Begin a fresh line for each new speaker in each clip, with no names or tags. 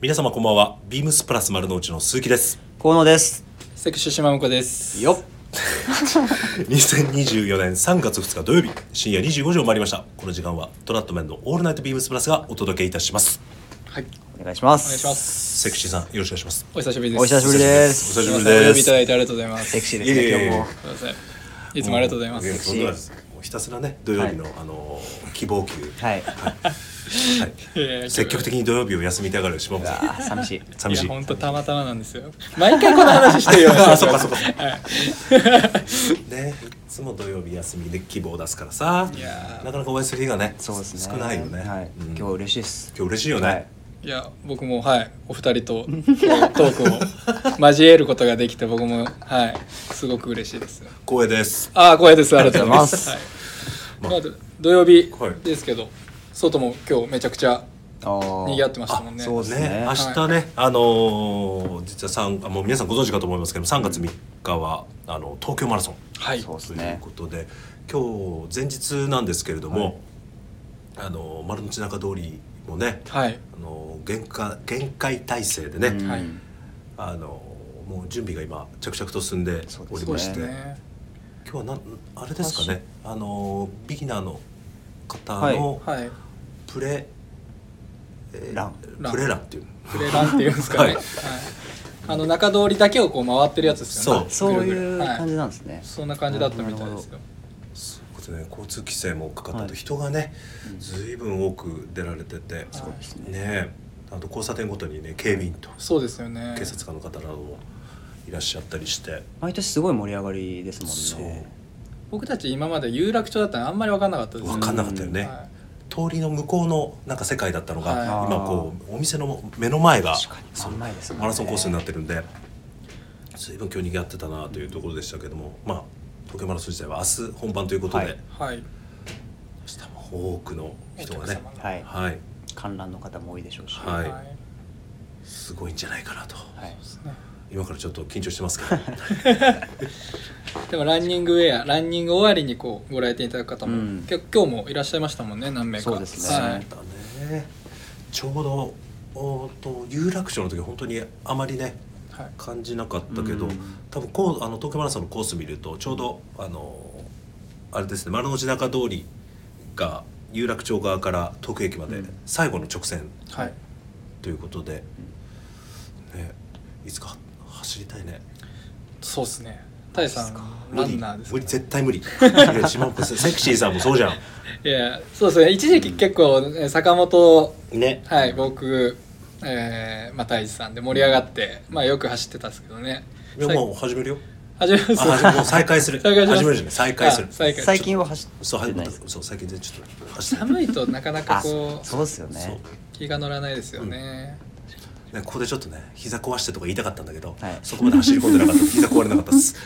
皆様こんばんはビームスプラス丸の内の鈴木です
河野です
セクシュシマムコです。
よっ
2024年3月2日土曜日深夜25時を回りましたこの時間はトラットメンのオールナイトビームスプラスがお届けいたします
はい。
お願いしま
お
す
願いします。
セクシーさんよろしくお願いします
お久しぶりです。
お久しぶりです
お久しぶり
皆さんお
で
呼びいた
す
だいてありがとうございます。
セクシー
ー。
で
い
す
えいえ
ね
いえ
今日も
すいません。いつもありがとうございま
や
す。
とんでもないですもうひたすらね土曜日の、あのー希望級
はい
はい
えー
積極的に土曜日を休みたがる島本さん
あー寂しい
寂し
い
い
や本当たまたまなんですよ。毎回この話してるよね。
あ そっかそっかそっ
はい。
ねいつも土曜日休みで希望を出すからさ
いやー
なかなかお会いする日がね
そうです
少
ね
ないよね、
はい
うん
今日
今
嬉しいです
日嬉しいよね、
はい
いや僕もはいお二人とトークを交えることができて僕もはいすごく嬉しいです。
光栄です
ああ光栄ですありがとうございます。
あ
は
り
い。まあ土曜日
はい
ですけど外も今日めちゃくちゃ賑わってましたもんね。
あそうですね
明日ね、あのー実は三あもう皆さんご存知かと思いますけど3月3日は、あの東京マラソン
はい。
そうです
という
ね
ことで、今日前日なんですけれども、あのー丸の内中通りもね、
はい。
あのー限界限界態勢でね、
うん
はい
あのーもう準備が今着々と進んで
そう
お
です
りま
そうで
し
す
て、
ね。
今日はなんあれですかね、あのービギナーの方の
はい。
プレ、えー
ラン
プレランっていうの
プレランっていうんですか
は
ね。はいい。あの中通りだけをこう回ってるやつですよね。
そう
ぐるぐ
い
る
う感じ。なんですね
はいそんな感じだったみたいですよ。
そういうことね、交通規制もかかったと、
はい
人がね、ずいぶん多く出られてて、
そうです
ね
ね
えあと交差点ごとにね警備員と
そうですよね。
警察官の方などもいらっしゃったりして、
毎年すごい盛り上がりですもんね
僕たち今まで有楽町だったのあんまり分かんなかったですね。
分かんなかったよね、
は
通りの向こうのなんか世界だったのが、
はい
今こうお店の目の前が
確かに
そう
真ん前ですもんね
マラソンコースになってるんで随分今日にぎわってたなというところでしたけどもまあ東京マラソン自体は明日本番ということで、
はい
い。はい。
明日も多くの人がね
お客様が
はい
はい、
観覧の方も多いでしょうし
はい
はい。
すごいんじゃないかなと。
はい
ですね
今からちょっと緊張してますけど
でもランニングウェアランニング終わりにこうご来店いただく方
う
も、
ん
きょ今日もいらっしゃいましたもんね何名か
そうですね
はい、
だねちょうどおーと有楽町の時本当にあまりね
はい
感じなかったけど、
うん
多分こうあの東京マラソンのコース見るとちょうどあのあれですね丸の内中通りが有楽町側から東京駅まで
うん
最後の直線
はい、
ということで、ね、いつかは走りたいね
そうですねタイさんランナーです
無
か
理
ら
絶対無理いや島本さんセクシーさんもそうじゃん
いやそうですね一時期結構、ね坂本
ね
はい僕えー、まあ太一さんで盛り上がって、まあよく走ってたんですけどね
いやもう始めるよ
さい始めます
あもう再開する
再開します
始めるじゃない再開する
あ再開
最近は走
そう
っ
は
て
い
な
ま
い
た
です
そう最近でちょっと走って
寒いとなかなか
あ
こう
そうですよ
そう
ね
気が乗らないですよね、
ねここでちょっとね膝壊してとか言いたかったんだけど、
はい
そこまで走り込んでなか った膝壊れなかったです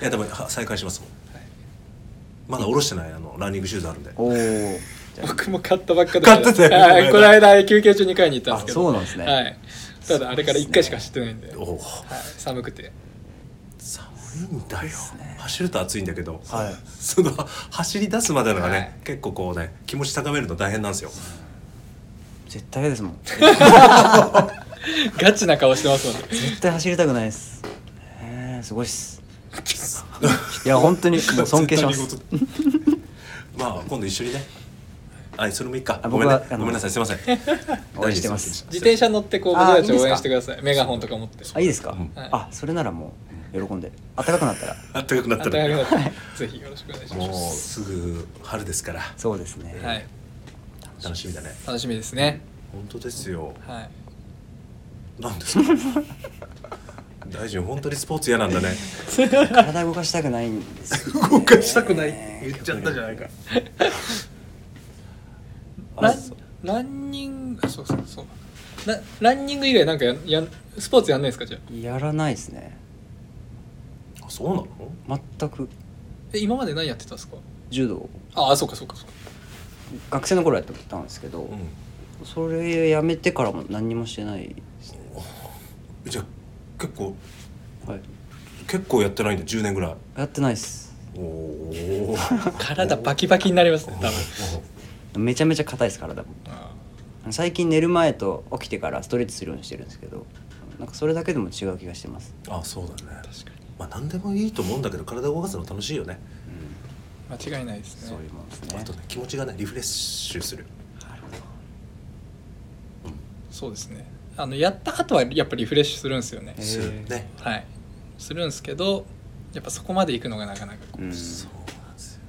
いやでもは再開しますもん、まだ下ろしてないあのランニングシューズあるんで
おおーじゃあ
僕も買ったばっかで
買ってたよね
はいこの間休憩中に買いに行ったんですけど
あそうなんですね
はい、ただあれから1回しか走ってないんで
おお
はい、寒くて
寒いんだよ、
すね
走ると暑いんだけど、
はい
その走り出すまでのがね、
はい
結構こうね気持ち高めるの大変なんですよ
絶対嫌ですもん
ガチな顔してますもんね
絶対走りたくないですねえすごいっすいや本当にもう尊敬します
絶対見事まあ今度一緒にねあそれもいいか
あ
ごめん
僕
ね
はあの
ごめんなさいすいません
応援してます
自転車乗ってこう僕
あー
たち
いいで
応
すか
援してくださいメガホンとか持って
あいいですか、
うん
あそれならもう喜んで暖かくなったら
あったかくなっ
あ
た
ったからくなったらぜひよろしくお願いし
もう
ます
すぐ春ですから
そうですね、
はい
楽しみだね
楽しみですね
本当ですよ
はい
なんですか大臣本当にスポーツ嫌なんだね
体動かしたくないんですよ、ね、
動かしたくないって言っちゃったじゃないか
ラ
あ
ン
そう
ランニングそうそうそうなランニング以外なんかややんスポーツやんないですかじゃあ
やらないですね
あそうなの
全く
え今まで何やってたんですか
柔道
ああそうかそうかそうか
学生の頃やってたんですけど、
うん
それやめてからも何にもしてないですね
じゃあ結構
はい
結構やってないんだ10年ぐらい
やってないです
おお
体バキバキになりますね多分
めちゃめちゃ硬いです体も
あ
最近寝る前と起きてからストレッチするようにしてるんですけどなんかそれだけでも違う気がしてます
あそうだね
確か
まあ何でもいいと思うんだけど体動かすの楽しいよね
に間違いないです
そ
ね
ういうもんです
あ
ね
とね気持ちがねリフレッシュする
そうですねあのやった後はやっぱリフレッシュするんですよ
へ
ね
え
するね
はいするんですけどやっぱそこまで行くのがなかなかこう
うん
そうなんですよ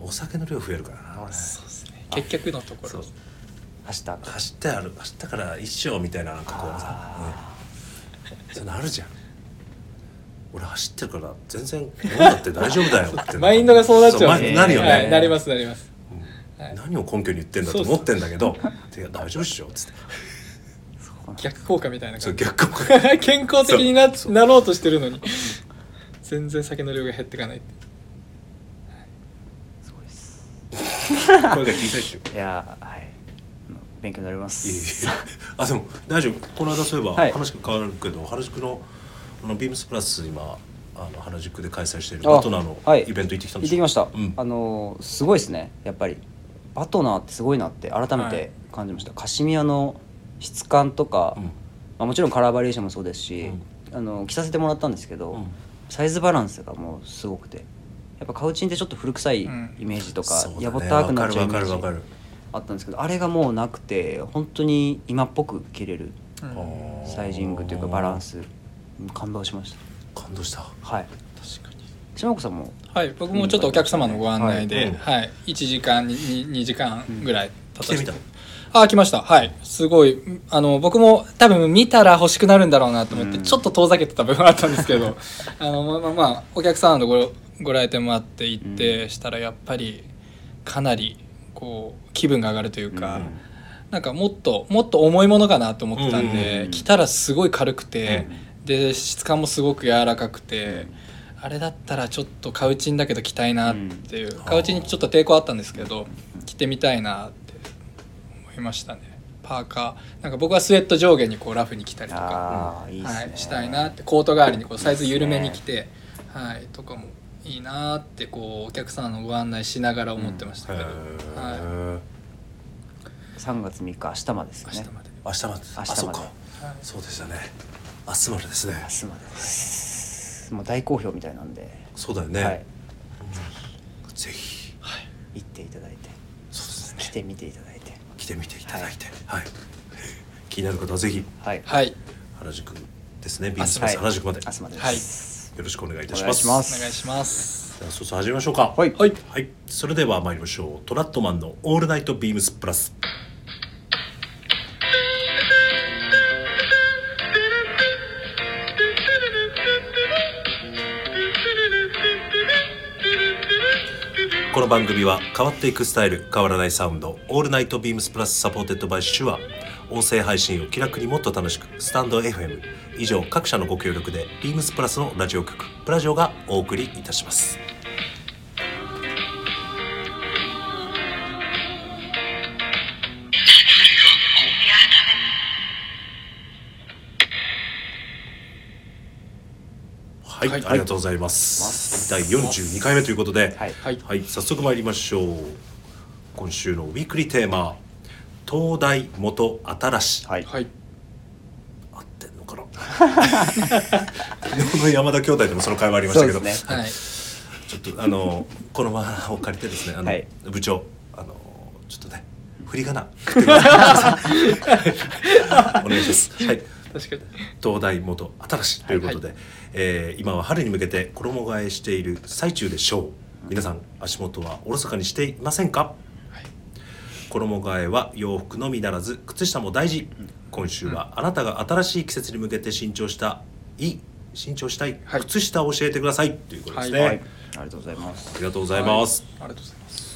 お酒の量増えるからな俺
そうですね結局のとこ
そう
ろ
走った後
走ってある走ったから一生みたいななんかこうさ、うん、そういうのあるじゃん俺走ってるから全然飲んだって大丈夫だよって
マインドがそうなっちゃう
そ
ん
マイ
で
ンドなるよね、
はいなりますなります
うん
はい
何を根拠に言ってんだと思ってんだけど「いや大丈夫っしょ」っつって
逆効果みたいな
そう
感じ
逆効 果
健康的にななろうとしてるのに全然酒の量が減ってかないって
すごいです
声が小さいっしょ
いやーはい勉強になりま
いえいえ
す
あでも大丈夫この間そういえば
はい
話変わるけど、原宿のあのビームスプラス今あの原宿で開催している
あ
大人の
はい
イベント行ってきたんでし
行っ
ょ
てきました、
うん
あのーすごいですねやっぱりバトナーってすごいなって改め
はい
て感じました、カシミヤの質感とか、
うん
まあ、もちろんカラーバリエーションもそうですし、
うん
あの着させてもらったんですけど、
うん
サイズバランスがもうすごくてやっぱカウチンってちょっと古臭いイ
うん
メージとか、
そうだね
やぼったくなっちゃうイメー
わかるわかるわ
ジ
か
あったんですけどあれがもうなくて本当に今っぽく着れる
うん
あー
サイジングというかバランス感動しまし
感動した
たはい
確かに
島子さんも
はい僕もちょっとお客様のご案内
う
で
ん、
はい1時間に2時間ぐらい経
来てみた
あ来ましたはいすごいうんあの僕も多分見たら欲しくなるんだろうなと思って、
うん
ちょっと遠ざけてた部分はあったんですけど あのまあまあ、まあ、お客さんのごご来店もあって行ってしたらやっぱりかなりこう気分が上がるというか、
うん
なんかもっともっと重いものかなと思ってたんで、
うん
着たらすごい軽くて、で質感もすごく柔らかくて。あれだったらちょっとカウチンだけど着たいなっていう、
ん
カウチにちょっと抵抗あったんですけど着てみたいなって思いましたねパーカーなんか僕はスウェット上下にこうラフに着たりとか
ああいいですね、
はい、したいなってコート代わりにこうサイズ緩めに着てはい、とかもいいなってこうお客さんのご案内しながら思ってました
へ
けど、
ー
はい、
3月3日明日までです
明
ね
日まで、
明日まで
明日ま
あ
で
そっか
はい
そうでしたね明日までですね
明日までですもう大好評みたいなんで、
そうだよね、
はい
ぜひ
行っていただいて
そうですね
来てみていただいて
来てみていただいてはい、 気になる方はぜひ
はい
はい、
原宿ですねビームスプ
は
ラ
い
ス原宿まで、
明日までで
はい
す、
よろしくお願いいたし
お
ま
願い
す
しま
お願いします
では早速始めましょうか
はい
はい
はい、それでは参りましょうトラットマンの「オールナイトビームスプラス」この番組は変わっていくスタイル変わらないサウンド「オールナイトビームスプラス」サポーテッドバイシュア音声配信を気楽にもっと楽しくスタンド FM 以上各社のご協力でビームスプラスのラジオ局「プラジオ」がお送りいたしますはい、
はい
ありがとうございます、第42回目ということで、
はい
はい
はい、早速参りましょう。今週のウィークリーテーマ、東大元新し。
はい
はい
合ってんのかな。 昨日の山田兄弟でもその会話ありましたけど、
そうです
はい
ちょっとあのこのままを借りてですね、あの、
はい
部長あのちょっとね振り仮名 お願いします。はい。
確かに
東大元新しということで、
は
えー今は春に向けて衣替えしている最中でしょう皆さん足元はおろそかにしていませんか、
はい
衣替えは洋服のみならず靴下も大事今週はあなたが新しい季節に向けて新調したい新調したい
はい
靴下を教えてくださいということですね、
はい
はいありがとうございます
ありがとうございます、
はいありがとうございます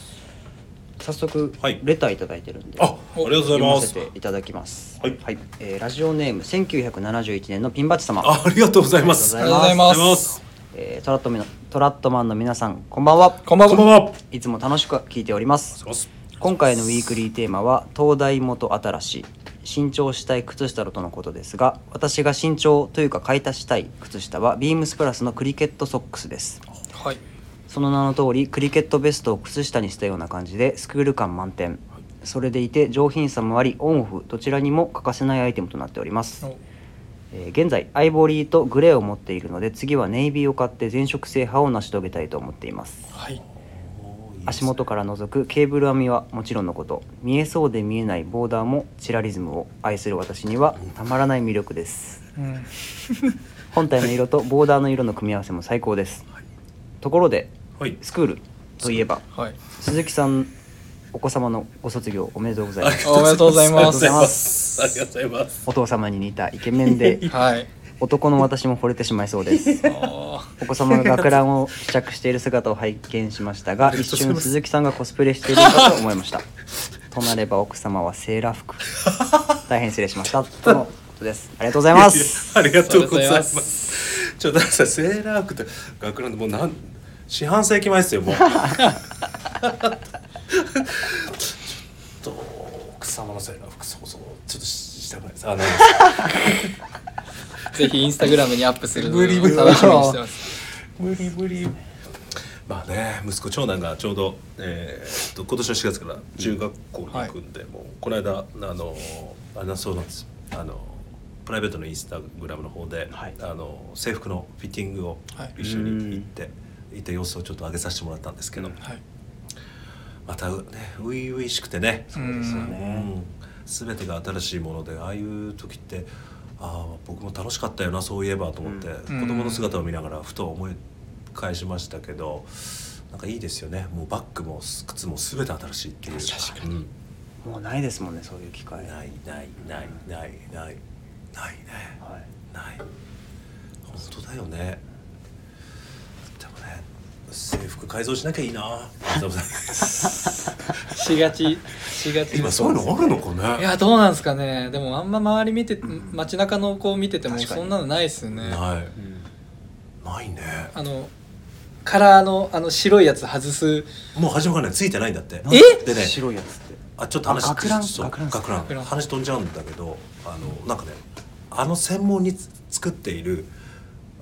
早速、
はい
レターいただいてるんで
あありがとうござい
読ま
ま
せ
す
ていただきます
はい
えーラジオネーム1971年のピンバッチ様
あありがとうございます
あ
あ
り
り
が
が
ありがと
とうござい
とうございま
うございますす
えートラットミのトラットマンの皆さんこんばんは
こんばん
こんばん
は
はありがとう
いつも楽しく聞いております
ございます
今回のウィークリーテーマは「東大元新し」新調したい靴下とのことですが私が新調というか買い足したい靴下はビームスプラスのクリケットソックスです
はい
その名の通りクリケットベストを靴下にしたような感じでスクール感満点それでいて上品さもありオンオフどちらにも欠かせないアイテムとなっております、
お
えー現在アイボリーとグレーを持っているので次はネイビーを買って全色制覇を成し遂げたいと思っています
はい
足元から覗くケーブル編みはもちろんのこと見えそうで見えないボーダーもチラリズムを愛する私にはたまらない魅力です
うん
本体の色とボーダーの色の組み合わせも最高ですところで
はい
スクールといえば
はい
鈴木さんお子様のご卒業おめでとうございます
おめでとうございま
ありがとう
す
ございますありがとうございます
お父様に似たイケメン で
はい
男の私も惚れてしまいそうです
おー
お子様が学ランを試着している姿を拝見しま したが一瞬鈴木さんがコスプレしているのかと思い ましたとなれば奥様はセーラー服大変失礼しましたとのことですありがとうございま す
ありがとうございま。
ありがとうございます
ちょっと待ってくださいセーラー服って学ランでもうなん四半世紀前ですよも う。ちょっと奥様のセーラー服そうそうちょっとしたくないです。あの
ぜひインスタグラムにアップするのを
無
楽
理無理
しみにしてます
無理無理。まあね息子長男がちょうど、えーっと今年の4月から中学校に行くんで、もうこの間あのあれだそうなんですあのプライベートのインスタグラムの方で、
はい
あの制服のフィッティングを
はい
一緒に行って、行った様子をちょっと上げさせてもらったんですけど、
はい
またね初々しくてね
うですよ
う
ね
ん、全てが新しいものでああいう時ってああ僕も楽しかったよなそういえばと思って、
ん
子供の姿を見ながらふと思い返しましたけどなんかいいですよねもうバッグも靴も全て新しいっていう
確か
に、
もうないですもんねそういう機
う
会
ん
は
ないないないないないないね
い
ない本当だよねでもね制服改造しなきゃいい な
しがちしがち
今そういうのあるのか
い
ね
やどうなんですかねでもあんま周り見て街中の子を見てても
確かに
そんなのないですよね
ない
うん
ないね
あのカラーのあの白いやつ外す
もう始まらないついてないんだって
え
でね
白いやつって
あちょっと話
あ学ラン
そう
学ラン
学ラン
学ラン
話飛んじゃうんだけどあのなんかねあの専門につ作っている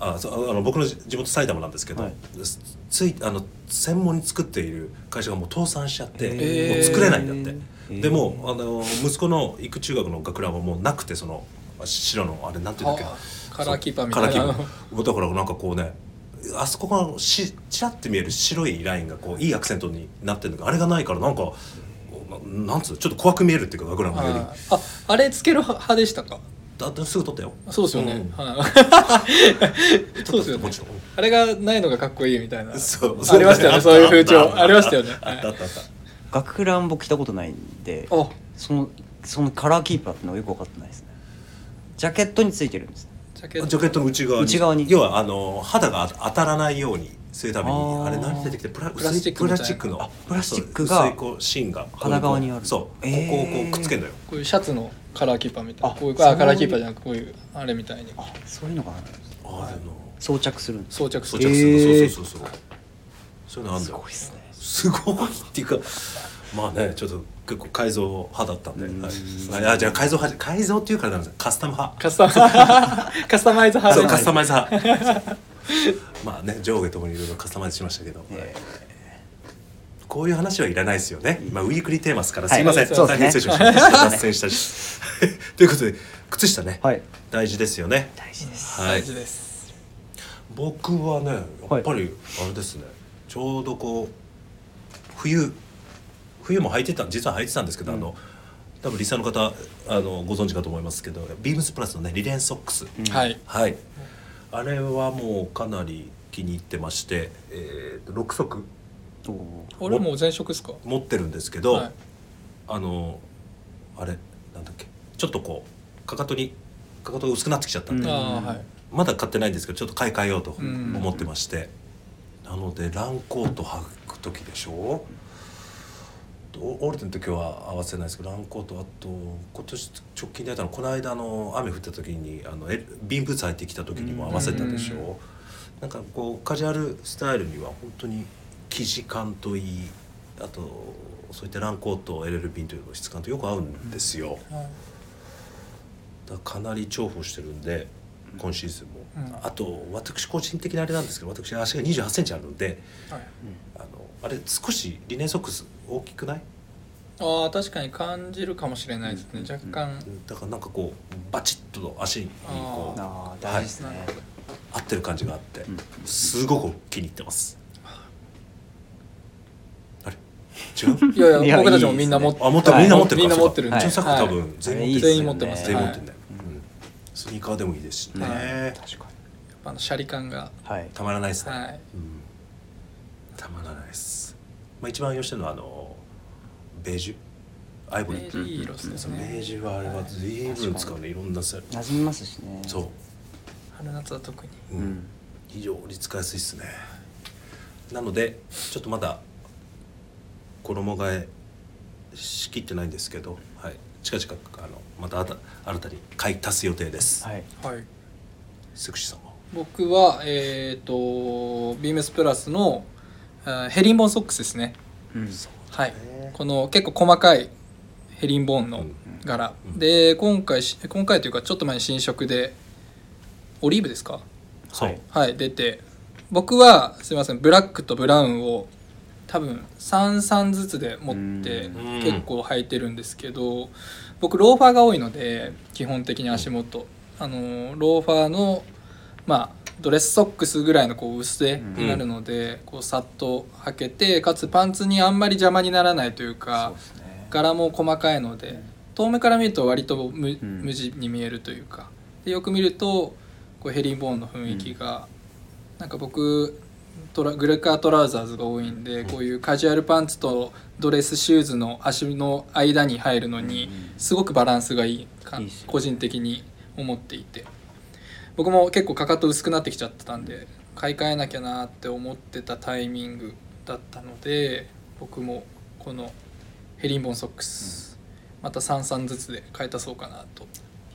あそうあの僕の地地元埼玉なんですけど、
はい
つついあの専門に作っている会社がもう倒産しちゃって、
へ
ー
もう作れないんだって、
へー
でもうあの息子の行く中学の学ランはもうなくてその白のあれなんていうんだっけ
あカラーキーパーみ
カ
た
ラーキ
い
ー
な
パーもうだからなんかこうねあそこがしちらって見える白いラインがこういいアクセントになってるんだけどあれがないからなんかななんつうのちょっと怖く見えるっていうか学ランがより
あああれつける派でしたか
だってすぐ取ったよ
そうですよね、
ん
はい。そうですよね
もちろん
あれがないのがかっこいいみたいな
そう
ありましたよねそういう風
あっ
潮
た
ありましたよね
あったあ
はい
ったあった
学ラン僕着たことないんで
あ
そのそのカラーキーパーってのはよく分かってないですねジャケットについてるんです
ジャケッ
ジ
ト
ャケットの内側に
内側に
要はあの肌が当たらないようにするために
あ
あ
ー
れ何出てきてプラ
プラスチック
プ
みたいな
ラスチックの
プラスチックが
薄いこう芯が
肌側にある
そう、
えー
ここをこうくっつけるのよ
こういうシャツのカラーキーパーみたいな
あ
こういう
そういう
あカラーキーパーじゃなくこういうあれみたいに
あそういうのがある
ああでも
装着するんです
装着す
装
る
着するの、
えー
そうそうそうそうそういうのあんだ
す
よ
ごいですね
すごいっていうかまあねちょっと結構改造派だったんで、
うん
はい、あじゃあ改造派改造っていうからなんですカスタム派
カスタマイカスタマイズ
そう
派
カスタ
で
マイズ派 まあね上下ともにいろいろカスタマイズしましたけど、
え
こういう話はいらないですよね、まあ、ウィークリーテーマですから
はい
すいません、
そう
で
大
す
変
ね
失礼しました脱線したし ということで靴下ね、
はい
大事ですよね
大事です
はい
大事です
僕はねやっぱりあれですね、ちょうどこう冬冬も履いてた実は履いてたんですけど、あの多分リサの方あのご存知かと思いますけどビームスプラスのねリレンソックス、
うん
はい
はいあれはもうかなり気に入ってまして、えー、6足
おー
俺もう前職ですか
持ってるんですけど、
はい
あのあれなんだっけちょっとこうかかとにかかとが薄くなってきちゃったんで、
うん
ああはい
まだ買ってないんですけどちょっと買い替えようと思ってまして、なのでランコート履く時でしょオールデンの時は合わせないですけどランコートあと今年直近でやったのこの間の雨降った時にあのえビーンブーツ履いてきた時にも合わせたでしょ、
うん
なんかこうカジュアルスタイルには本当に生地感といいあとそういったランコート LLB というの質感とよく合うんですよ、
はい
だからかなり重宝してるんで今シーズンも、
うん
あと私個人的なあれなんですけど私足が2 8センチあるので
はい
あのあれ少しリネンソックス大きくない
ああ確かに感じるかもしれないですね、
うん
若干、
だからなんかこうバチッと足にこう
あ
あ
ー大事ですね、
はい
合ってる感じがあって
うん
すごく気に入ってますあれ違う
いやい
いや
や僕たちもみんな持
い
っ
い
て
あ持ってる、
はい
みんな持ってるか
みんな持ってるんで、
う
はい
ちの作多
はい
分全員持っ
いい
てる
で
全
すよ
員持っ
ね
てます
全員持ってん
はい
だよ、うんスニーカーでもいいですしね、
は
確かに
あのシャリ感が
はい
たまらないですね、
はい
うんたまらないです、まあ、一番愛用してるのはあのベージュアイボ
ベ
リ
ー
ー
ジュいい色ですね
そ
そうれ
ベ
ね
ージュはあれは随分使うねいろんなせ
馴染みますしね
そう、
春夏は特に
うん
うん
非常に使いやすいですねなのでちょっとまだ衣替えしきってないんですけど、はい、近々あのまたあた新たに買い足す予定です、
はい
はい
セクシーさんは
僕はえっ、とビームスプラスのあーヘリンボーンソックスですね
うん
はい
ね
この結構細かいヘリンボーン
う
の
ん
柄、
うん
で今回し今回というかちょっと前に新色でオリーブですか
そう、
はい
はい出て僕はすいませんブラックとブラウンを多分33ずつで持って
うん
結構履いてるんですけど僕ローファーが多いので基本的に足元あのローファーのまあドレスソックスぐらいのこう薄手になるのでこうさっと履けてかつパンツにあんまり邪魔にならないという
そう
か
ですね
柄も細かいので遠目から見ると割と無,、
うん
無地に見えるというかでよく見るとこうヘリーボーンの雰囲気が、なんか僕トラグレカートラウザーズが多いんで、こういうカジュアルパンツとドレスシューズの足の間に入るのに
うん
すごくバランスがいいか
いいっすよね
個人的に思っていて僕も結構かかと薄くなってきちゃってたんで買い替えなきゃなって思ってたタイミングだったので僕もこのヘリンボンソックス、また33ずつで買い足そうかなと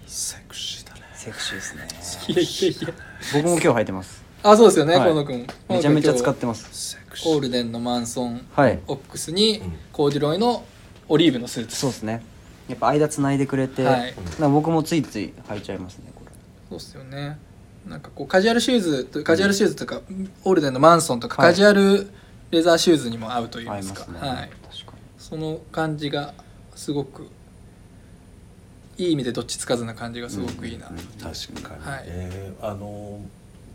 セクシーだね
セクシーですね
いやいやいや
僕も今日履いてます
あそうですよね
はい
河野君
めちゃめちゃ使
河
っ
野君
てます
セク
今
シ
日
ー
オールデンのマンソン
はい
オックスに
うん
コーデュロイのオリーブのスーツ
そうですねやっぱ間つないでくれて、
はい
なんか僕もついつい履いちゃいますねこれ
そうっすよねなんかこうカジュアルシューズとカジュアルシューズとか、オールデンのマンソンとか、
はい
カジュアルレザーシューズにも合うといい
合
ま
い
す
ま
か
すね、
はい、
確か
その感じがすごくいい意味でどっちつかずな感じがすごくいいな、
うんうんうん
確かに、
はい
えーあの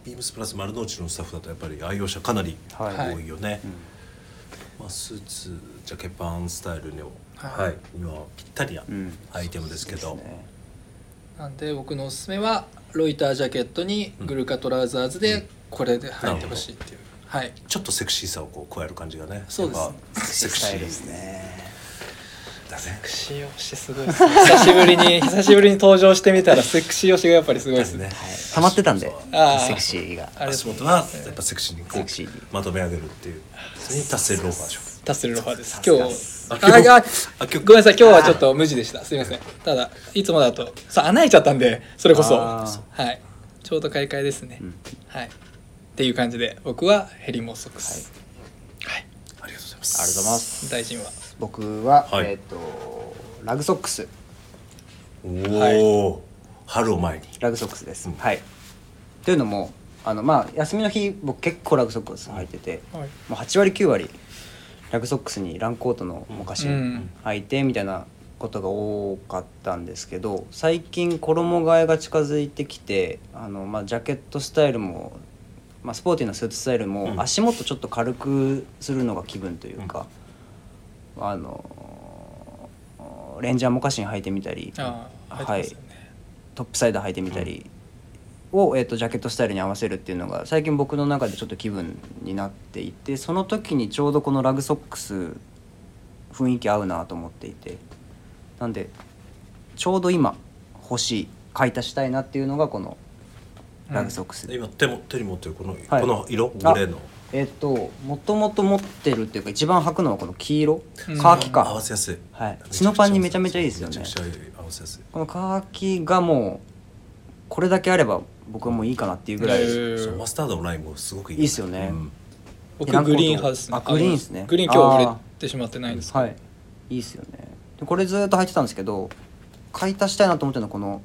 ビームスプラス丸の内のスタッフだとやっぱり愛用者かなり
はい
多いよね、
に、
まあ、スーツジャケパンスタイルの、
は
はいいにはぴったりな
うんうん
アイテムですけど、
ですね
なんで僕のおすすめはロイタージャケットにグルカトラウザーズでこれで履いてほしいっていう、はい
ちょっとセクシーさをこう加える感じがね
そうですね
やっぱセク
スタ
シ
イ
ー
ルですね
だね
セクシー推しすごいですね久しぶりに久しぶりに登場してみたらセクシー推しがやっぱりすごいですね
溜まってたんで
あー
セクシーが
あれです
足
ね
元はやっぱセクシーにこ
セクシーに
うまとめ上げるっていうそれに達成ローファーでしょ
タッセルロハです
さす
今
が
日
です
あ
あ今日
あ
あ今日
ごめんなさい今日はちょっと無地でしたすいませんただいつもだとさ穴開いちゃったんでそれこそ
あー
はいちょうど買い替えですね、
うん
はいっていう感じで僕はヘリモソックスはい、
ありがとうございま
ありがとうございます
大臣は
僕は、
はい
えっ、とラグソックス
すおお、春を前に
ラグソックスです、
うん
はいというのもあのまあ休みの日僕結構ラグソックス履いてて、
はい
もう8割9割ラグソックスにランコートの昔
うん
履いてみたいなことが多かったんですけど最近衣替えが近づいてきてあの、まあ、ジャケットスタイルも、まあ、スポーティーなスーツスタイル
うん
も足元ちょっと軽くするのが気分というか、あのレンジャーモカシン履いてみたり
ああ
はいトップサイダー履いてみたりを、えー、とジャケットスタイルに合わせるっていうのが最近僕の中でちょっと気分になっていてその時にちょうどこのラグソックス雰囲気合うなと思っていてなんでちょうど今欲しい買い足したいなっていうのがこのラグソックス、
今手も手に持ってるこの、
はい
この色グレーの
えっ、ともともと持ってるっていうか一番履くのはこの黄色
うん
カーキ
合わ
か、
せやすい
はいチノパンにめちゃめちゃいいですよね
めちゃくちゃ合わせやすい
このカーキがもうこれだけあれば僕はもういいかなっていうぐらい、
えー
そうマスタードのラインもすごくいい
いいっすよね
うん
エラ
僕
ンコー
グ
ト
リーン派ですね
あグリーンっすね
グリーン今日触れてしまってないんですけど
はいいいっすよねでこれずーっと履いてたんですけど買い足したいなと思ってるのはこの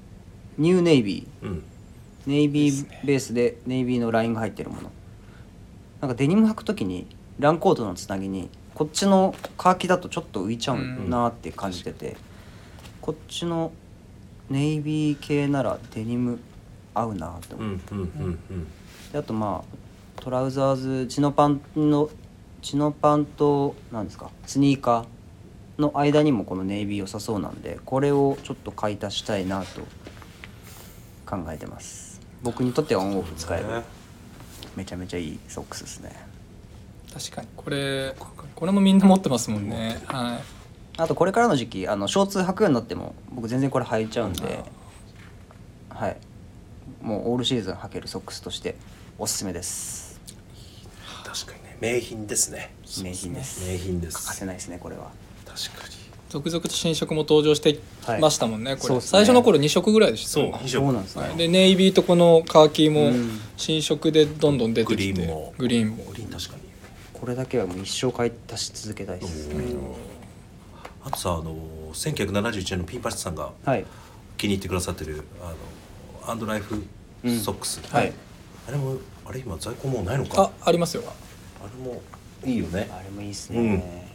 ニューネイビ
うん
ーネイビ
です
ー
ね
ベースでネイビーのラインが入ってるものなんかデニム履く時にランコートのつなぎにこっちのカーキだとちょっと浮いちゃう
うん
なって感じてて、こっちのネイビー系ならデニム合うなって思っ
う、
て
んうんうんうん
であとまあトラウザーズチノパンのチノパンと何ですかスニーカーの間にもこのネイビー良さそうなんでこれをちょっと買い足したいなと考えてます僕にとってはオンオフ使える
ね
めちゃめちゃいいソックスですね
確かにこれこれもみんな持ってますもんねは
あとこれからの時期あのショーツ履くようになっても僕全然これ履いちゃうんではいもうオールシーズン履けるソックスとしておすすめです
確かにね名品ですね
名品です
名品です
欠かせないですねこれは
確かに
い続々と新色も登場してましたもんね、これ
そうっすね
最初の頃2色ぐらいでした
そう
よ
以
そ
上
うなんですね、
でネイビーとこのカーキも
うん
新色でどんどん出てきて
グリーンも
グリーンも
グリーン確かに
これだけはもう一生買い足し続けたいですね
あとさあの1971年のピンパチさんが
はい
気に入ってくださってるあのアンドライフ
うん
ソックス、
はい
あれもあれ今在庫もうないのか
あありますよ
あれもいいよね
あれもいいですね、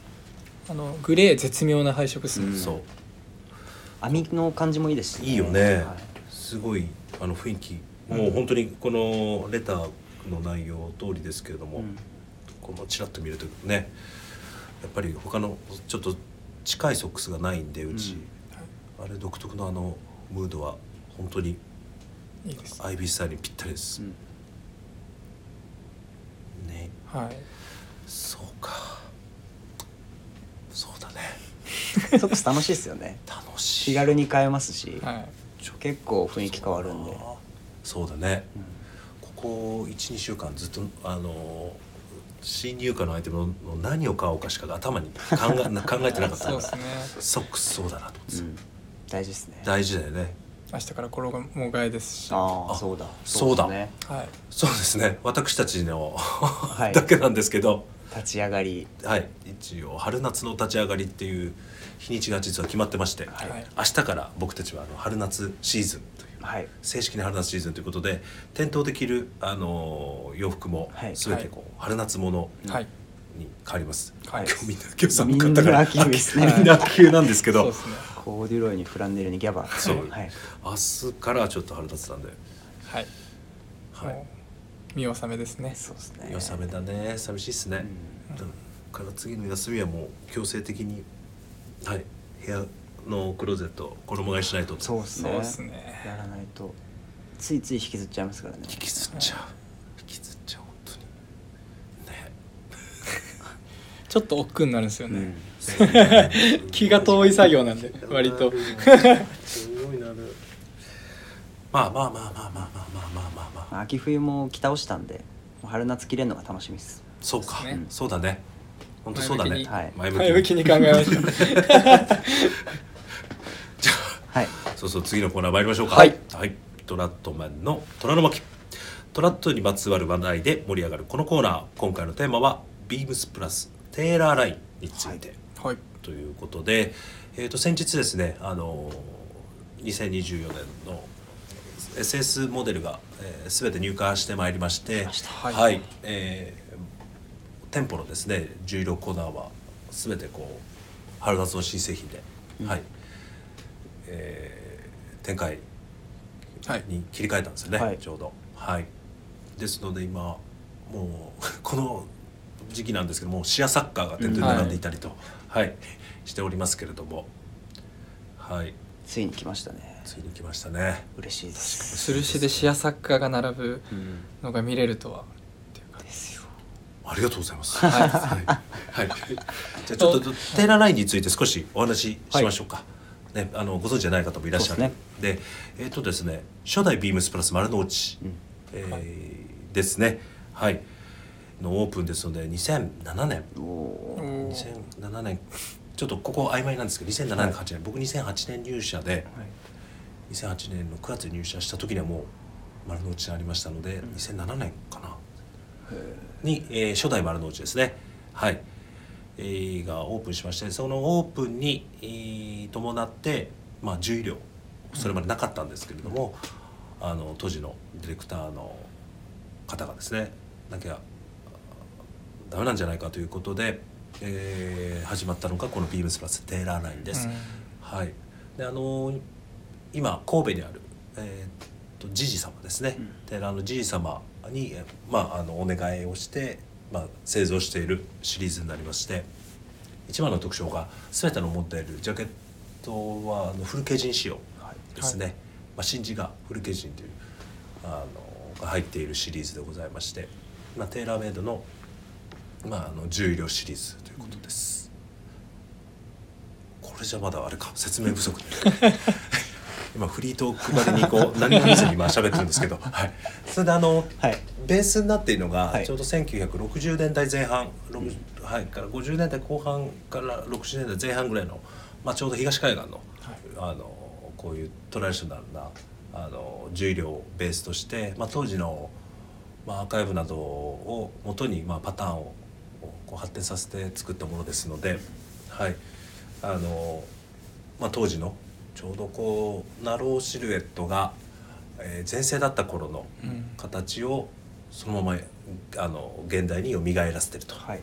あのグレー絶妙な配色ですね、
うん
そう
網の感じもいいです
いいよね、
はい
すごいあの雰囲気もう本当にこのレターの内容通りですけれども、
うん
このちらっと見るとねやっぱり他のちょっと近いソックスがないんでうち、あれ独特のあのムードは本当に
いいです
アイビースタイルにぴったりです、
うん
ね
はい
そうかそうだね
ソックス楽しいですよ ね
楽しい
気軽に買えますし、
はい
ちょ
結構雰囲気変わるんで、うん
そうだね、ここ12週間ずっとあのー新入荷のアイテムのの何を買おうかしか頭に考 え考えてなかった
そう
か
です
ら、
ね
ソックスそうだなと思ってさ、
うん大事ですね
大事だよね
明日から衣替えですしは
ああ
あ
そうだ
そうだ
ですね
そうですね私たちの、
い
だけなんですけど
立ち上がり
はい一応春夏の立ち上がりっていう日にちが実は決まってまして、
はい
明日から僕たちはあの春夏シーズンという
はい
正式な春夏シーズンということで店頭で着る、あのー洋服も
はい
全てこう、春夏物
はい
に変わります、
はい
今日みんな今日寒かったから
みんな秋ですね
秋 みんな秋冬なんですけ
そう
ど、
ですね
コーデュロイにフランネルにギャバー
そう
はい、
明日からちょっと春夏なんで、
はい、
はい
もう見納めですね
そうですね
良さめだね寂しいっすね、だから次の休みはもう強制的にはい部屋のクローゼット衣替えしないと
そうですね
そうっすね
やらないとついつい引きずっちゃいますからね
引きずっちゃう、引きずっちゃう本当に ね
ちょっと億劫になるんですよ
う
ね、
ん
気が遠い作業なんで割と
すごいなるまあまあまあまあまあまあまあまあまあまあ、
まあ秋冬も着倒したんでもう春夏着れるのが楽しみです
そうか
ですね
そうだね本当そうだね
前向
前向
きに
き
前向
に
きに考えました
はい
そうそう次のコーナー参りましょうか
はい、
トラットマンの虎の巻トラットにまつわる話題で盛り上がるこのコーナー今回のテーマはビームスプラステーラーラインについて、
はい
ということで、えー、と先日ですねあの2024年の SS モデルが、えー、全て入荷してまいりまして
ました
はい
はいえー店舗のですね16コーナーは全てこう春夏の新製品で、はいえー展開
はい
に切り替えたんですよね、
はい
ちょうど。はい、ですので今もう この時期なんですけどもシアサッカーが店頭に並んでいたりと、はいしておりますけれどもはい
ついに来ましたね
ついに来ましたね。
嬉しいです
吊るしでシアサッカーが並ぶ
うん
のが見れるとはっていう感じですよ
ありがとうございます。はい、はい、じゃあちょっとテーラーラインについて少しお話ししましょうか。ね、あのご存知じゃない方もいらっしゃる。
そう
で、えっ、とですね、初代ビームスプラス丸の内、
うん
えーですね、はい、のオープンですので、2007年、
おおー
おー
2007年、ちょっとここ曖昧なんですけど、2007年、8年、僕2008年入社で、2008年の9月に入社した時にはもう丸の内にありましたので、2007年かなに、えー初代丸の内ですねはい、えーがオープンしましてそのオープンに、えー伴って、まあ、10両それまでなかったんですけれども、あの当時のディレクターの方がですねなきゃダメなんじゃないかということで、えー始まったのがこのビームスプラステーラーラインです。はい、であのー今神戸にある、えーっとジジ様ですね、
うん
寺のジジ様に、えーまあ、あのお願いをして、まあ、製造しているシリーズになりまして一番の特徴が全ての持っているジャケットはあのフルケジン仕様ですね、まあ、真珠がフルケジンというあのが入っているシリーズでございまして、まあ、テーラーメイドの,、まああの重量シリーズということです。これじゃまだあれか説明不足で今フリートークばりに こう何も見ずに今喋ってるんですけど、はい、それであの、
はい
ベースになっているのが
はい
ちょうど1960年代前半、60はい、から50年代後半から60年代前半ぐらいの、まあ、ちょうど東海岸の,、あのこういうトラディショナルなあの重量をベースとして、まあ、当時の、まあ、アーカイブなどを元に、まあ、パターンをこう発展させて作ったものですので、はいあのまあ、当時のちょうどこうナローシルエットが、えー前世だった頃の
うん
形をそのままあの現代に蘇らせてると
はい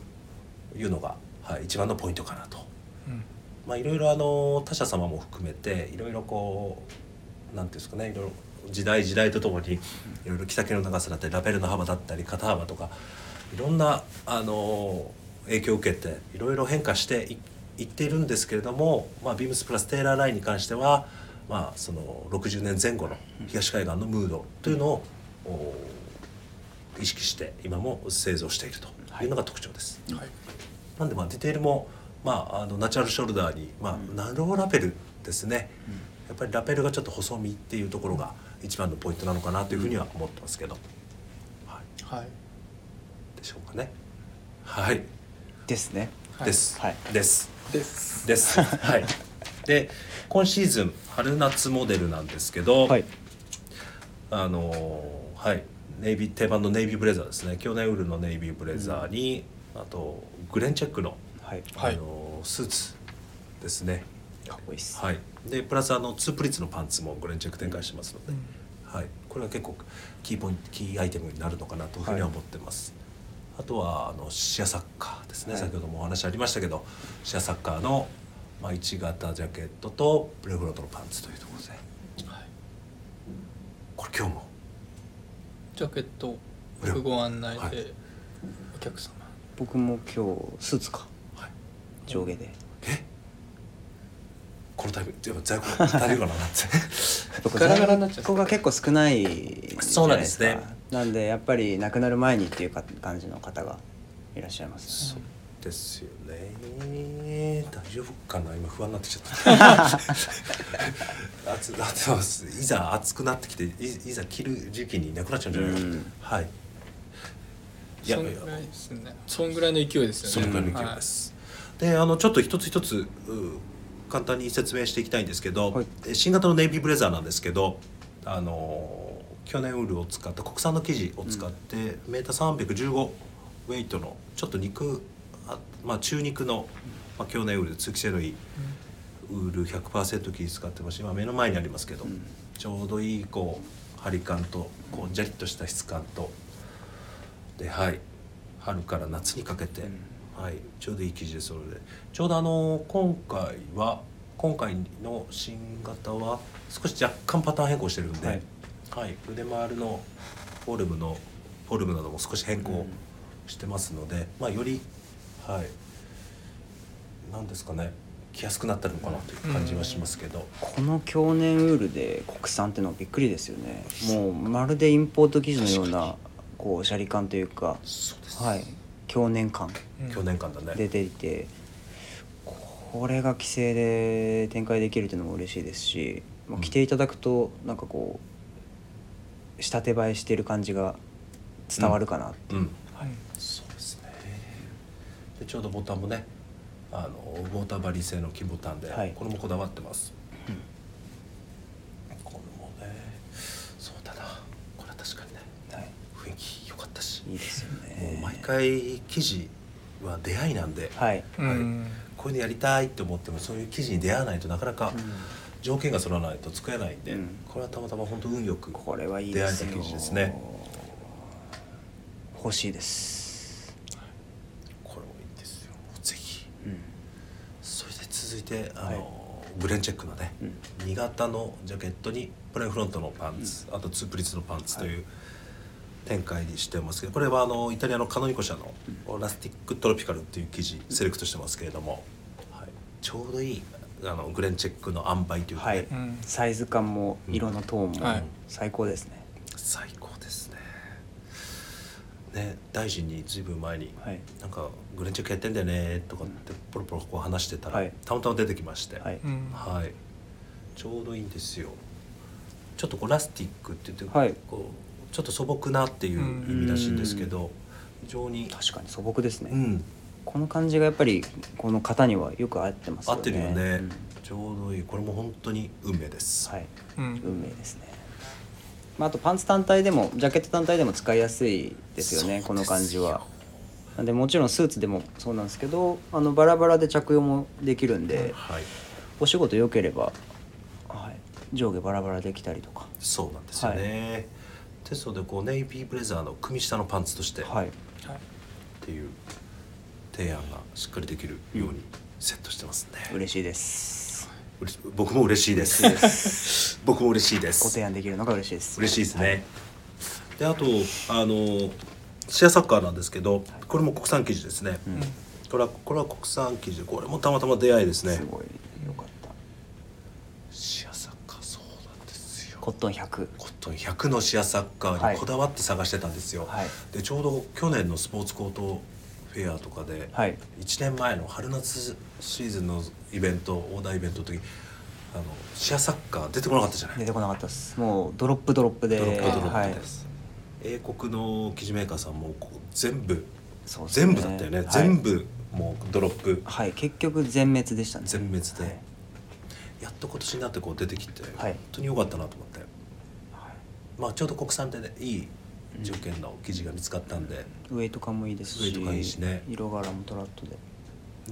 いうのが、はい、一番のポイントかなと。
うん
まあ、いろいろあの他者様も含めていろいろこうなんていうんですかねいろいろ時代時代とともにいろいろ着丈の長さだったりラベルの幅だったり肩幅とかいろんなあの影響を受けていろいろ変化していいっているんですけれども、まあ、ビームスプラステーラーラインに関しては、まあ、その60年前後の東海岸のムードというのを、お意識して今も製造しているというのが特徴です。
はい
なんでまあディテールも、まあ、あのナチュラルショルダーに、まあ
うん
ナローラベルですね、やっぱりラベルがちょっと細身っていうところが一番のポイントなのかなというふうには思ってますけど、はい、
はい
でしょうかねはい、
ですね
はい
です、
はい
です
です
ですはいで今シーズン春夏モデルなんですけど、
はい
あのーはいネイビー定番のネイビーブレザーですね去年ウールのネイビーブレザーに、あとグレンチェックの、
はいか
はい
あのースーツですね
っこいいっす
はい、でプラスあのツープリッツのパンツもグレンチェック展開してますので、
うん
はい、これは結構キーポイントキーアイテムになるのかなというふうには
はい
思ってます、あとはあのシアサッカーですね、
はい
先ほどもお話ありましたけどシアサッカーの、まあ、1型ジャケットとプレフロートのパンツというところで
はい
これ今日も
ジャケットを僕ご案内
はい
でお客様
僕も今日スーツか
はい
上下で
このタイミングでも在庫足りるかなって
僕
ガ
在
ラガラになっちゃう
庫が結構少ないじゃないか
そうなんですね
なんでやっぱり亡くなる前にっていうか感じの方がいらっしゃいますね
ですよね大丈夫かな今不安になってきちゃった暑暑暑いざ暑くなってきていいざ着る時期になくなっちゃうんじゃないかと、
うん
はいいや
そんぐらいですねそんぐらいの勢いですよね
それぐらいの勢いです、であのちょっと一つ一つう簡単に説明していきたいんですけど、
はい
え新型のネイビーブレザーなんですけどあの去年ウールを使った国産の生地を使って、メーター315ウェイトのちょっと肉あまあ中肉の、まあ、去年ウール通気性のいいウール100%生地使ってますし今目の前にありますけど、
うん
ちょうどいいこう張り感とこうジャリッとした質感とではい春から夏にかけて、はい、ちょうどいい生地ですのでちょうどあの今回は今回の新型は少し若干パターン変更してるんで、は
はいい
腕回りのフォルムのフォルムなども少し変更してますので、まあ、よりはいなんですかね着やすくなってるのかなという感じはしますけど、
この去年ウールで国産ってのはびっくりですよねもうまるでインポート生地のようなこうシャリ感というか
そうです、
はい去年感
うん
去年間だね
出ていてこれが規制で展開できるっていうのも嬉しいですし、まあ、着ていただくとなんかこう仕立て映えしてる感じが伝わるかな、
うん
はい
そうですねでちょうどボタンもねあのウォーターバリー製の金ボタンで、
はい
これもこだわってます、これもねそうだなこれは確かにね
はい、
雰囲気良かったし、
いいですよね
もう毎回記事は出会いなんで、
はい、
うん
こういうのやりたいって思ってもそういう記事に出会わないとなかなか条件が揃わないと作れないんで、
うん
これはたまたま本当運よく
これはいいですよ
出会えた記事ですね
欲しいです
これもいいですよぜひ続いてあの、
はい
ブレンチェックのね、
うん
2型のジャケットにプレインフロントのパンツ、あとツープリッツのパンツという展開にしてますけどこれはあのイタリアのカノニコ社の「ラスティック・トロピカル」っていう生地セレクトしてますけれども、はい、ちょうどいいあのグレンチェックの塩梅というか、ね
はい
うん
サイズ感も色のトーン
は
も
い
最高ですね、
最高ですね。ね、大臣にずいぶん前に、
はい
なんかグレンチェックやってんだよねとかってポロポロこう話してたら、
はい
たまたま出てきまして、
はい
うん
はい、ちょうどいいんですよちょっとこうラスティックって言って、
はい
こうちょっと素朴なっていう意味らしいんですけど非常に、
確かに素朴ですね、
うん、
この感じがやっぱりこの型にはよく合ってます
合
よね
ってるよね、
うん
ちょうどいいこれも本当に運命です、
はい
うん
運命ですね、まあ、あとパンツ単体でもジャケット単体でも使いやすいですよね
そう
この感じはなんでもちろんスーツでもそうなんですけどあのバラバラで着用もできるんで
はい
お仕事良ければ、はい、上下バラバラできたりとか
そうなんですよね、ですのでこうネイビーブレザーの組下のパンツとしてっ
はい
はい
ていう提案がしっかりできるようにセットしてますね、
嬉しいです
うれし僕も嬉しいです 僕も嬉しいです
ご提案できるのが嬉しいです
嬉しいですね、であとあのシェアサッカーなんですけどこれも国産生地ですね、
うん
これはこれは国産生地でこれもたまたま出会いです
はい
ね
すごいよかった
シェアサッカーそうなんですよ
コットン100
コットン100のシェアサッカー
は
に
い
こだわって探してたんですよ、
はい
でちょうど去年のスポーツコートフェアとかで、
はい
1年前の春夏シーズンのイベントオーダーイベントの時あのシェアサッカー出てこなかったじゃない
出てこなかったですもうドロップドロップで
ドロップドロ
は
ッ
い
プです、英国の生地メーカーさんもこう全部、
そうですね
全部だったよね、
はい
全部もうドロップ
はい結局全滅でしたね
全滅で、
はい
やっと今年になってこう出てきて、
はい
本当に良かったなと思って
はい
まあちょうど国産でねいい条件の生地が見つかったんで、
ウエイト感もいいですし
ウエイト感いいしね
色柄もトラットで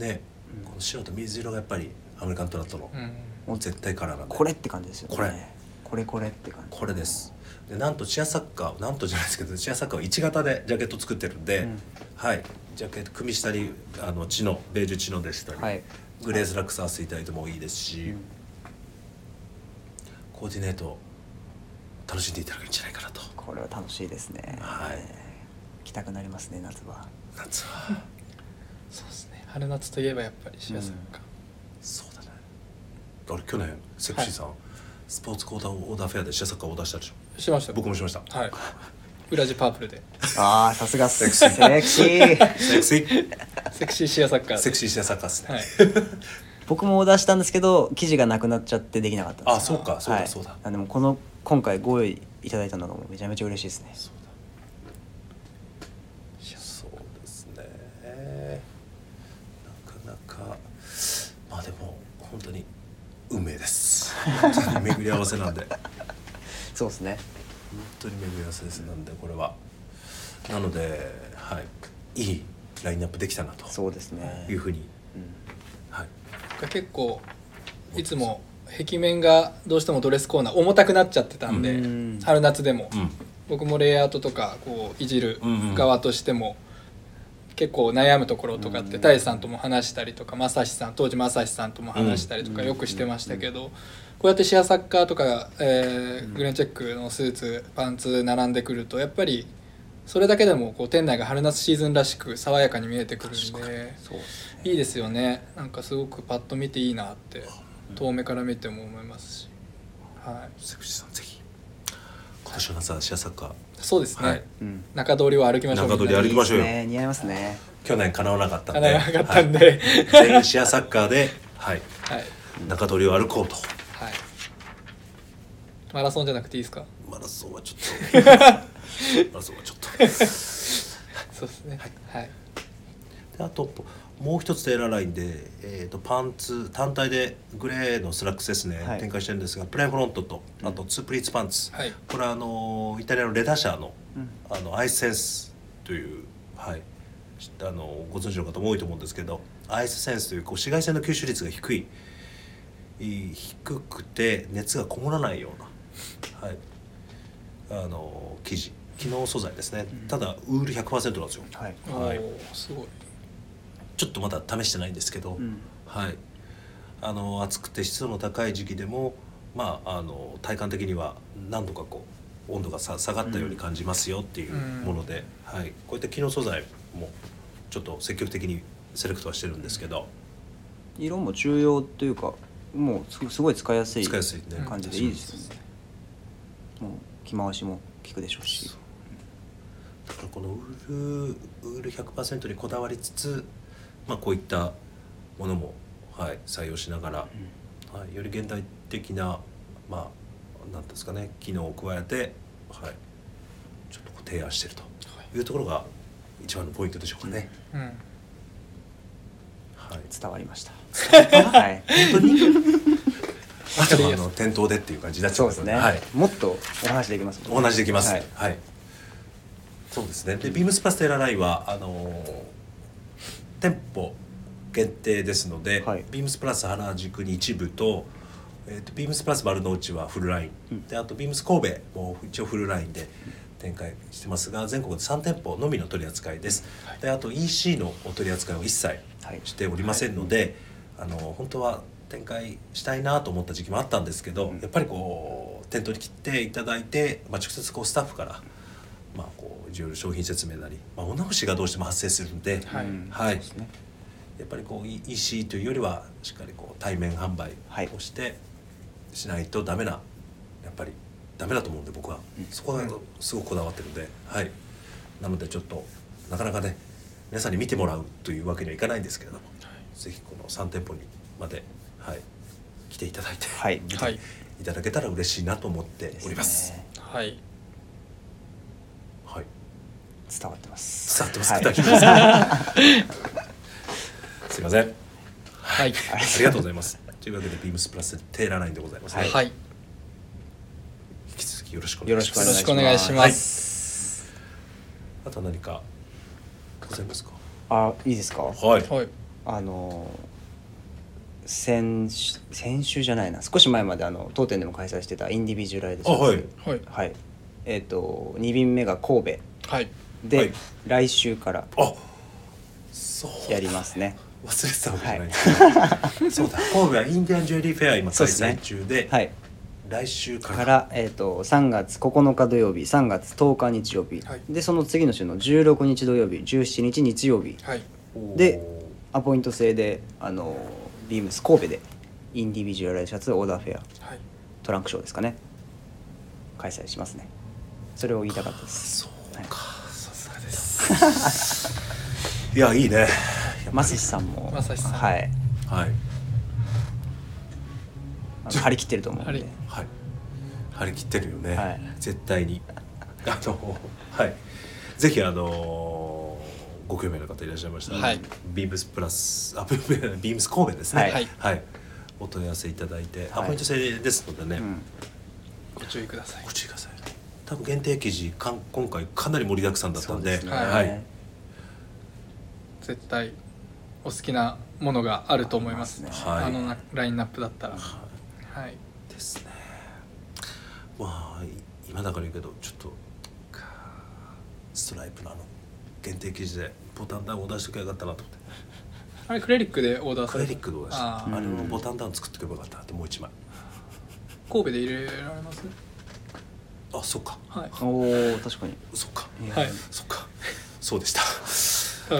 ね
うん
この白と水色がやっぱりアメリカントラットの
うん
絶対カラーなんで
これって感じですよね
これ
これこれって感じ
これですでなんとチアサッカーなんとじゃないですけどチアサッカーは1型でジャケット作ってるんで、
うん
はいジャケット組下にあのチノベージュチノでしたり、
はい
グレーズラックスアースイタイトもいいですし、
うん
コーディネート楽しんでいただけるんじゃないかなと
これは楽しいですね
はい
着たくなりますね夏は
夏は
そうですね春夏といえばやっぱりシェアサッカー
そうだねあれ去年セクシーさん、スポーツコーダーオーダーフェアでシェアサッカーを出したでしょ
しました
僕もしました
はい裏地パープルで
ああさすがセクシー
セクシー
セクシーシェアサッカーで
セクシーシェアサッカーですね、
はい
僕もオーダーしたんですけど生地がなくなっちゃってできなかったんです
あそうかそうだ、
はい
そうだ
あでもこの今回ご用意いただいたのがもうめちゃめちゃ嬉しいですね
そうだいやそうですねなかなかまあでも本当に運命です本当に巡り合わせなんで本
そうですね
当に巡り合わせですなんでこれはなのではいいいラインナップできたなと
そうですね
いうふうに
うん
はい
結構いつも壁面がどうしてもドレスコーナー重たくなっちゃってたんで、
うん
春夏でも、
うん
僕もレイアウトとかこういじる
うんうん
側としても、結構悩むところとかって
うん
大さんとも話したりとか正志さん当時正志さんとも話したりとか
うん
よくしてましたけど、こうやってシェアサッカーとか、えーグレンチェックのスーツパンツ並んでくるとやっぱりそれだけでもこう店内が春夏シーズンらしく爽やかに見えてくるんで。
そうですね
いいですよねなんかすごくパッと見ていいなって遠目から見ても思いますし、はい、
セクシーさんぜひ今年の夏はシェアサッカー
そうですね、
はい
うん
中通りを歩きましょう
中通り
みんな
歩
で
きましょうよ
いいですね似合いますね
去年叶わなかったんで
叶わなかったんで
はい全員シェアサッカーではい
はい、はい
中通りを歩こうと
マラソンじゃなくていいですか
マラソンはち ょっとマラソンはちょっと
そうですねはい、
であともう一つテーラーラインで、えー、とパンツ単体でグレーのスラックスですね、
はい
展開してるんですがプレイフロントとあとツープリーツパンツ、
はい
これはあのーイタリアのレダ社の,、
うん
あのアイセンスという、はい、しあのご存知の方も多いと思うんですけどアイスセンスというこう紫外線の吸収率が低いいい低くて熱がこもらないような、はい、あの生地機能素材ですね、ただウール100%なんですよ。
はい
お
はい
おーすごい
ちょっとまだ試してないんですけど、
うん
はいあの暑くて湿度の高い時期でも、まあ、あの体感的には何度かこう温度がさ下がったように感じますよっていうもので、はい、こういった機能素材もちょっと積極的にセレクトはしてるんですけど、
色も重要というかもうすすごい使いやすい
使いやすいね
感じでいいですよね、もう着回しも効くでしょうし
だからこのウールウール100%にこだわりつつ、まあ、こういったものも、はい、採用しながら、はい、より現代的な、まあ、なんですかね機能を加えて、はい、ちょっとこう提案してるというところが一番のポイントでしょうかね。
うん
はい、
伝わりました はい
本当 にあとはあの店頭でっていう感じになっちゃ
そう
う
です
けど
ね、
はい、
もっとお話できますも
同
んね
じできます。は
はいい。
そうですね。で、ビームスパステラライはあのー店舗限定ですので、
はい
ビームスプラス原宿に一部と、えっ、とビームスプラス丸の内はフルライン、であとビームス神戸も一応フルラインで展開してますが、全国で3店舗のみの取り扱いです。で、あと EC のお取り扱いを一切
はい
しておりませんので、あの本当は展開したいなと思った時期もあったんですけど、
うん
やっぱりこう店頭に来ていただいて、まあ、直接こうスタッフから、まあ、こういろいろ商品説明なり、まあ、お直しがどうしても発生するので、
はい
うん
はい
そうですね
やっぱりこう E- EC というよりはしっかりこう対面販売
はい
をして、しないとダメなやっぱりダメだと思うんで僕は、
うん
そこがすごくこだわってるんで、はい、なのでちょっとなかなかね皆さんに見てもらうというわけにはいかないんですけれども、ぜひこの3店舗にまで、はい、来ていただいて、
はい
見て
はい
いただけたら嬉しいなと思っております。
でね
はい
はい、
伝わってます
伝わってますか、
は
大丈夫
い
ですか すいません。
はい
ありがとうございます。というわけで、ビームスプラステーラーラインでございます、ね。
はい
引き続きよろしくお
よ
願
ろ
い
し
し
く
ま
お
す。。
願い
よろし
し
くお
ます
願いします
あとは何かございますか。
あいいですか
はい。
はい
あの先週先週じゃないな少し前まであの当店でも開催してたインディビジュライズ
あはい
はい
はいえっ、と2便目が神
はい
戸で、
はい
来週から
あ、そう。
やりますね
忘れてたわけじゃないです、 そうだ。神戸はインディアンジュエリーフェア今開催中で、
はい
来週から。
から、えー、と3月9日土曜日3月10日日曜日、
はい
でその次の週の16日土曜日17日日曜日
はい
おー
でアポイント制であのビームス神戸でインディビジュアルシャツオーダーフェア
はい
トランクショーですかね開催しますねそれを言いたかったです
そう
はい
か。さすがです。 いやいいね。
まさしさんも
まさしさん
はい
はい
あの張り切ってると思うん
張り
で
はい。張り切ってるよね。
はい
絶対 に。あのはい。ぜひあのご興味の方いらっしゃいましたら、
はい
ビームスプラスあビームビームス神戸ですね。
はい
お問い合わせいただいて、
は
ア
い
ポイント制ですのでね。
うん
ご注意ください
ご注意ください。多分限定記事かん今回かなり盛りだくさんだったんで、
そうですね
は。
はい絶対お好きなものがあると思います
あります
ねはい
あのなラインナップだったらはい
ですねまあい今だから言うけどちょっとかストライプのあの限定記事でボタンダウンを出しておけばよかったなと思って
あれクレリックでオーダー
ク
さ
レ
れ
リ
た
ックどうだし
あ
あ
ー
れのボタンダウン作っておけばよかったなってもう一枚
神戸で入れられます
あそうか
はい
おお確かに
そうか
はい
そうかそうでした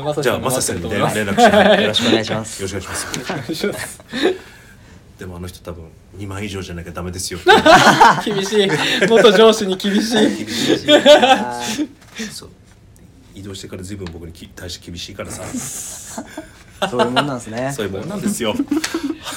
まさ
じゃあまさ
し
しさんに
と
連
思いま
絡
す
連絡し
よ
て
ろしくお願いします
よろしくお願いします
お願いし ます
でもあの人多分2万以上じゃなきゃダメです よ
厳しい元上司に厳しい
厳しいし
あー
そう移動してから随分僕にき対して厳しいからさ
そういうもんなんですね
そういうもんなんですよ。は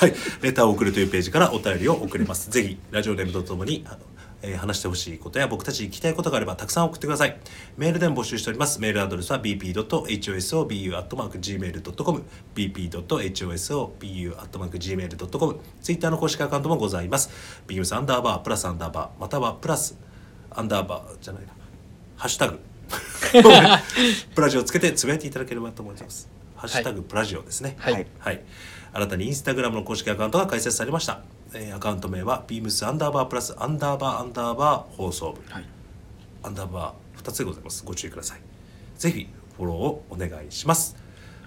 い、レターを送るというページからお便りを送れます。ぜひラジオネームとともに。あのえー話してほしいことや僕たちに聞きたいことがあればたくさん送ってくださいメールでも募集しておりますメールアドレスは bp.hosobu.gmail.com bp.hosobu.gmail.com ツイッターの公式アカウントもございますビームスアンダーバープラスアンダーバーまたはプラスアンダーバーじゃないなハッシュタグプラジオをつけてつぶやいていただければと思いますハッシュタグプラジオですね
はい
はい
はい、新たにインスタグラムの公式アカウントが開設されました、えーアカウント名は beams アンダーバープラスアンダーバーアンダーバー放送部
はい
アンダーバー2つでございますご注意くださいぜひフォローをお願いします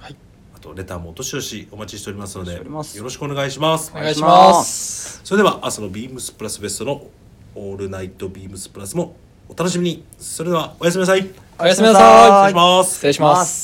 はい
あととレターもお年しお待ちしておりますの
お
で
待ちしております
よろしくお願いします
お願いします
それでは明日のビームスプラスベストのオールナイトビームスプラスもお楽しみにそれではおやすみなさい
おやすみなさ
失礼
い
します
失礼します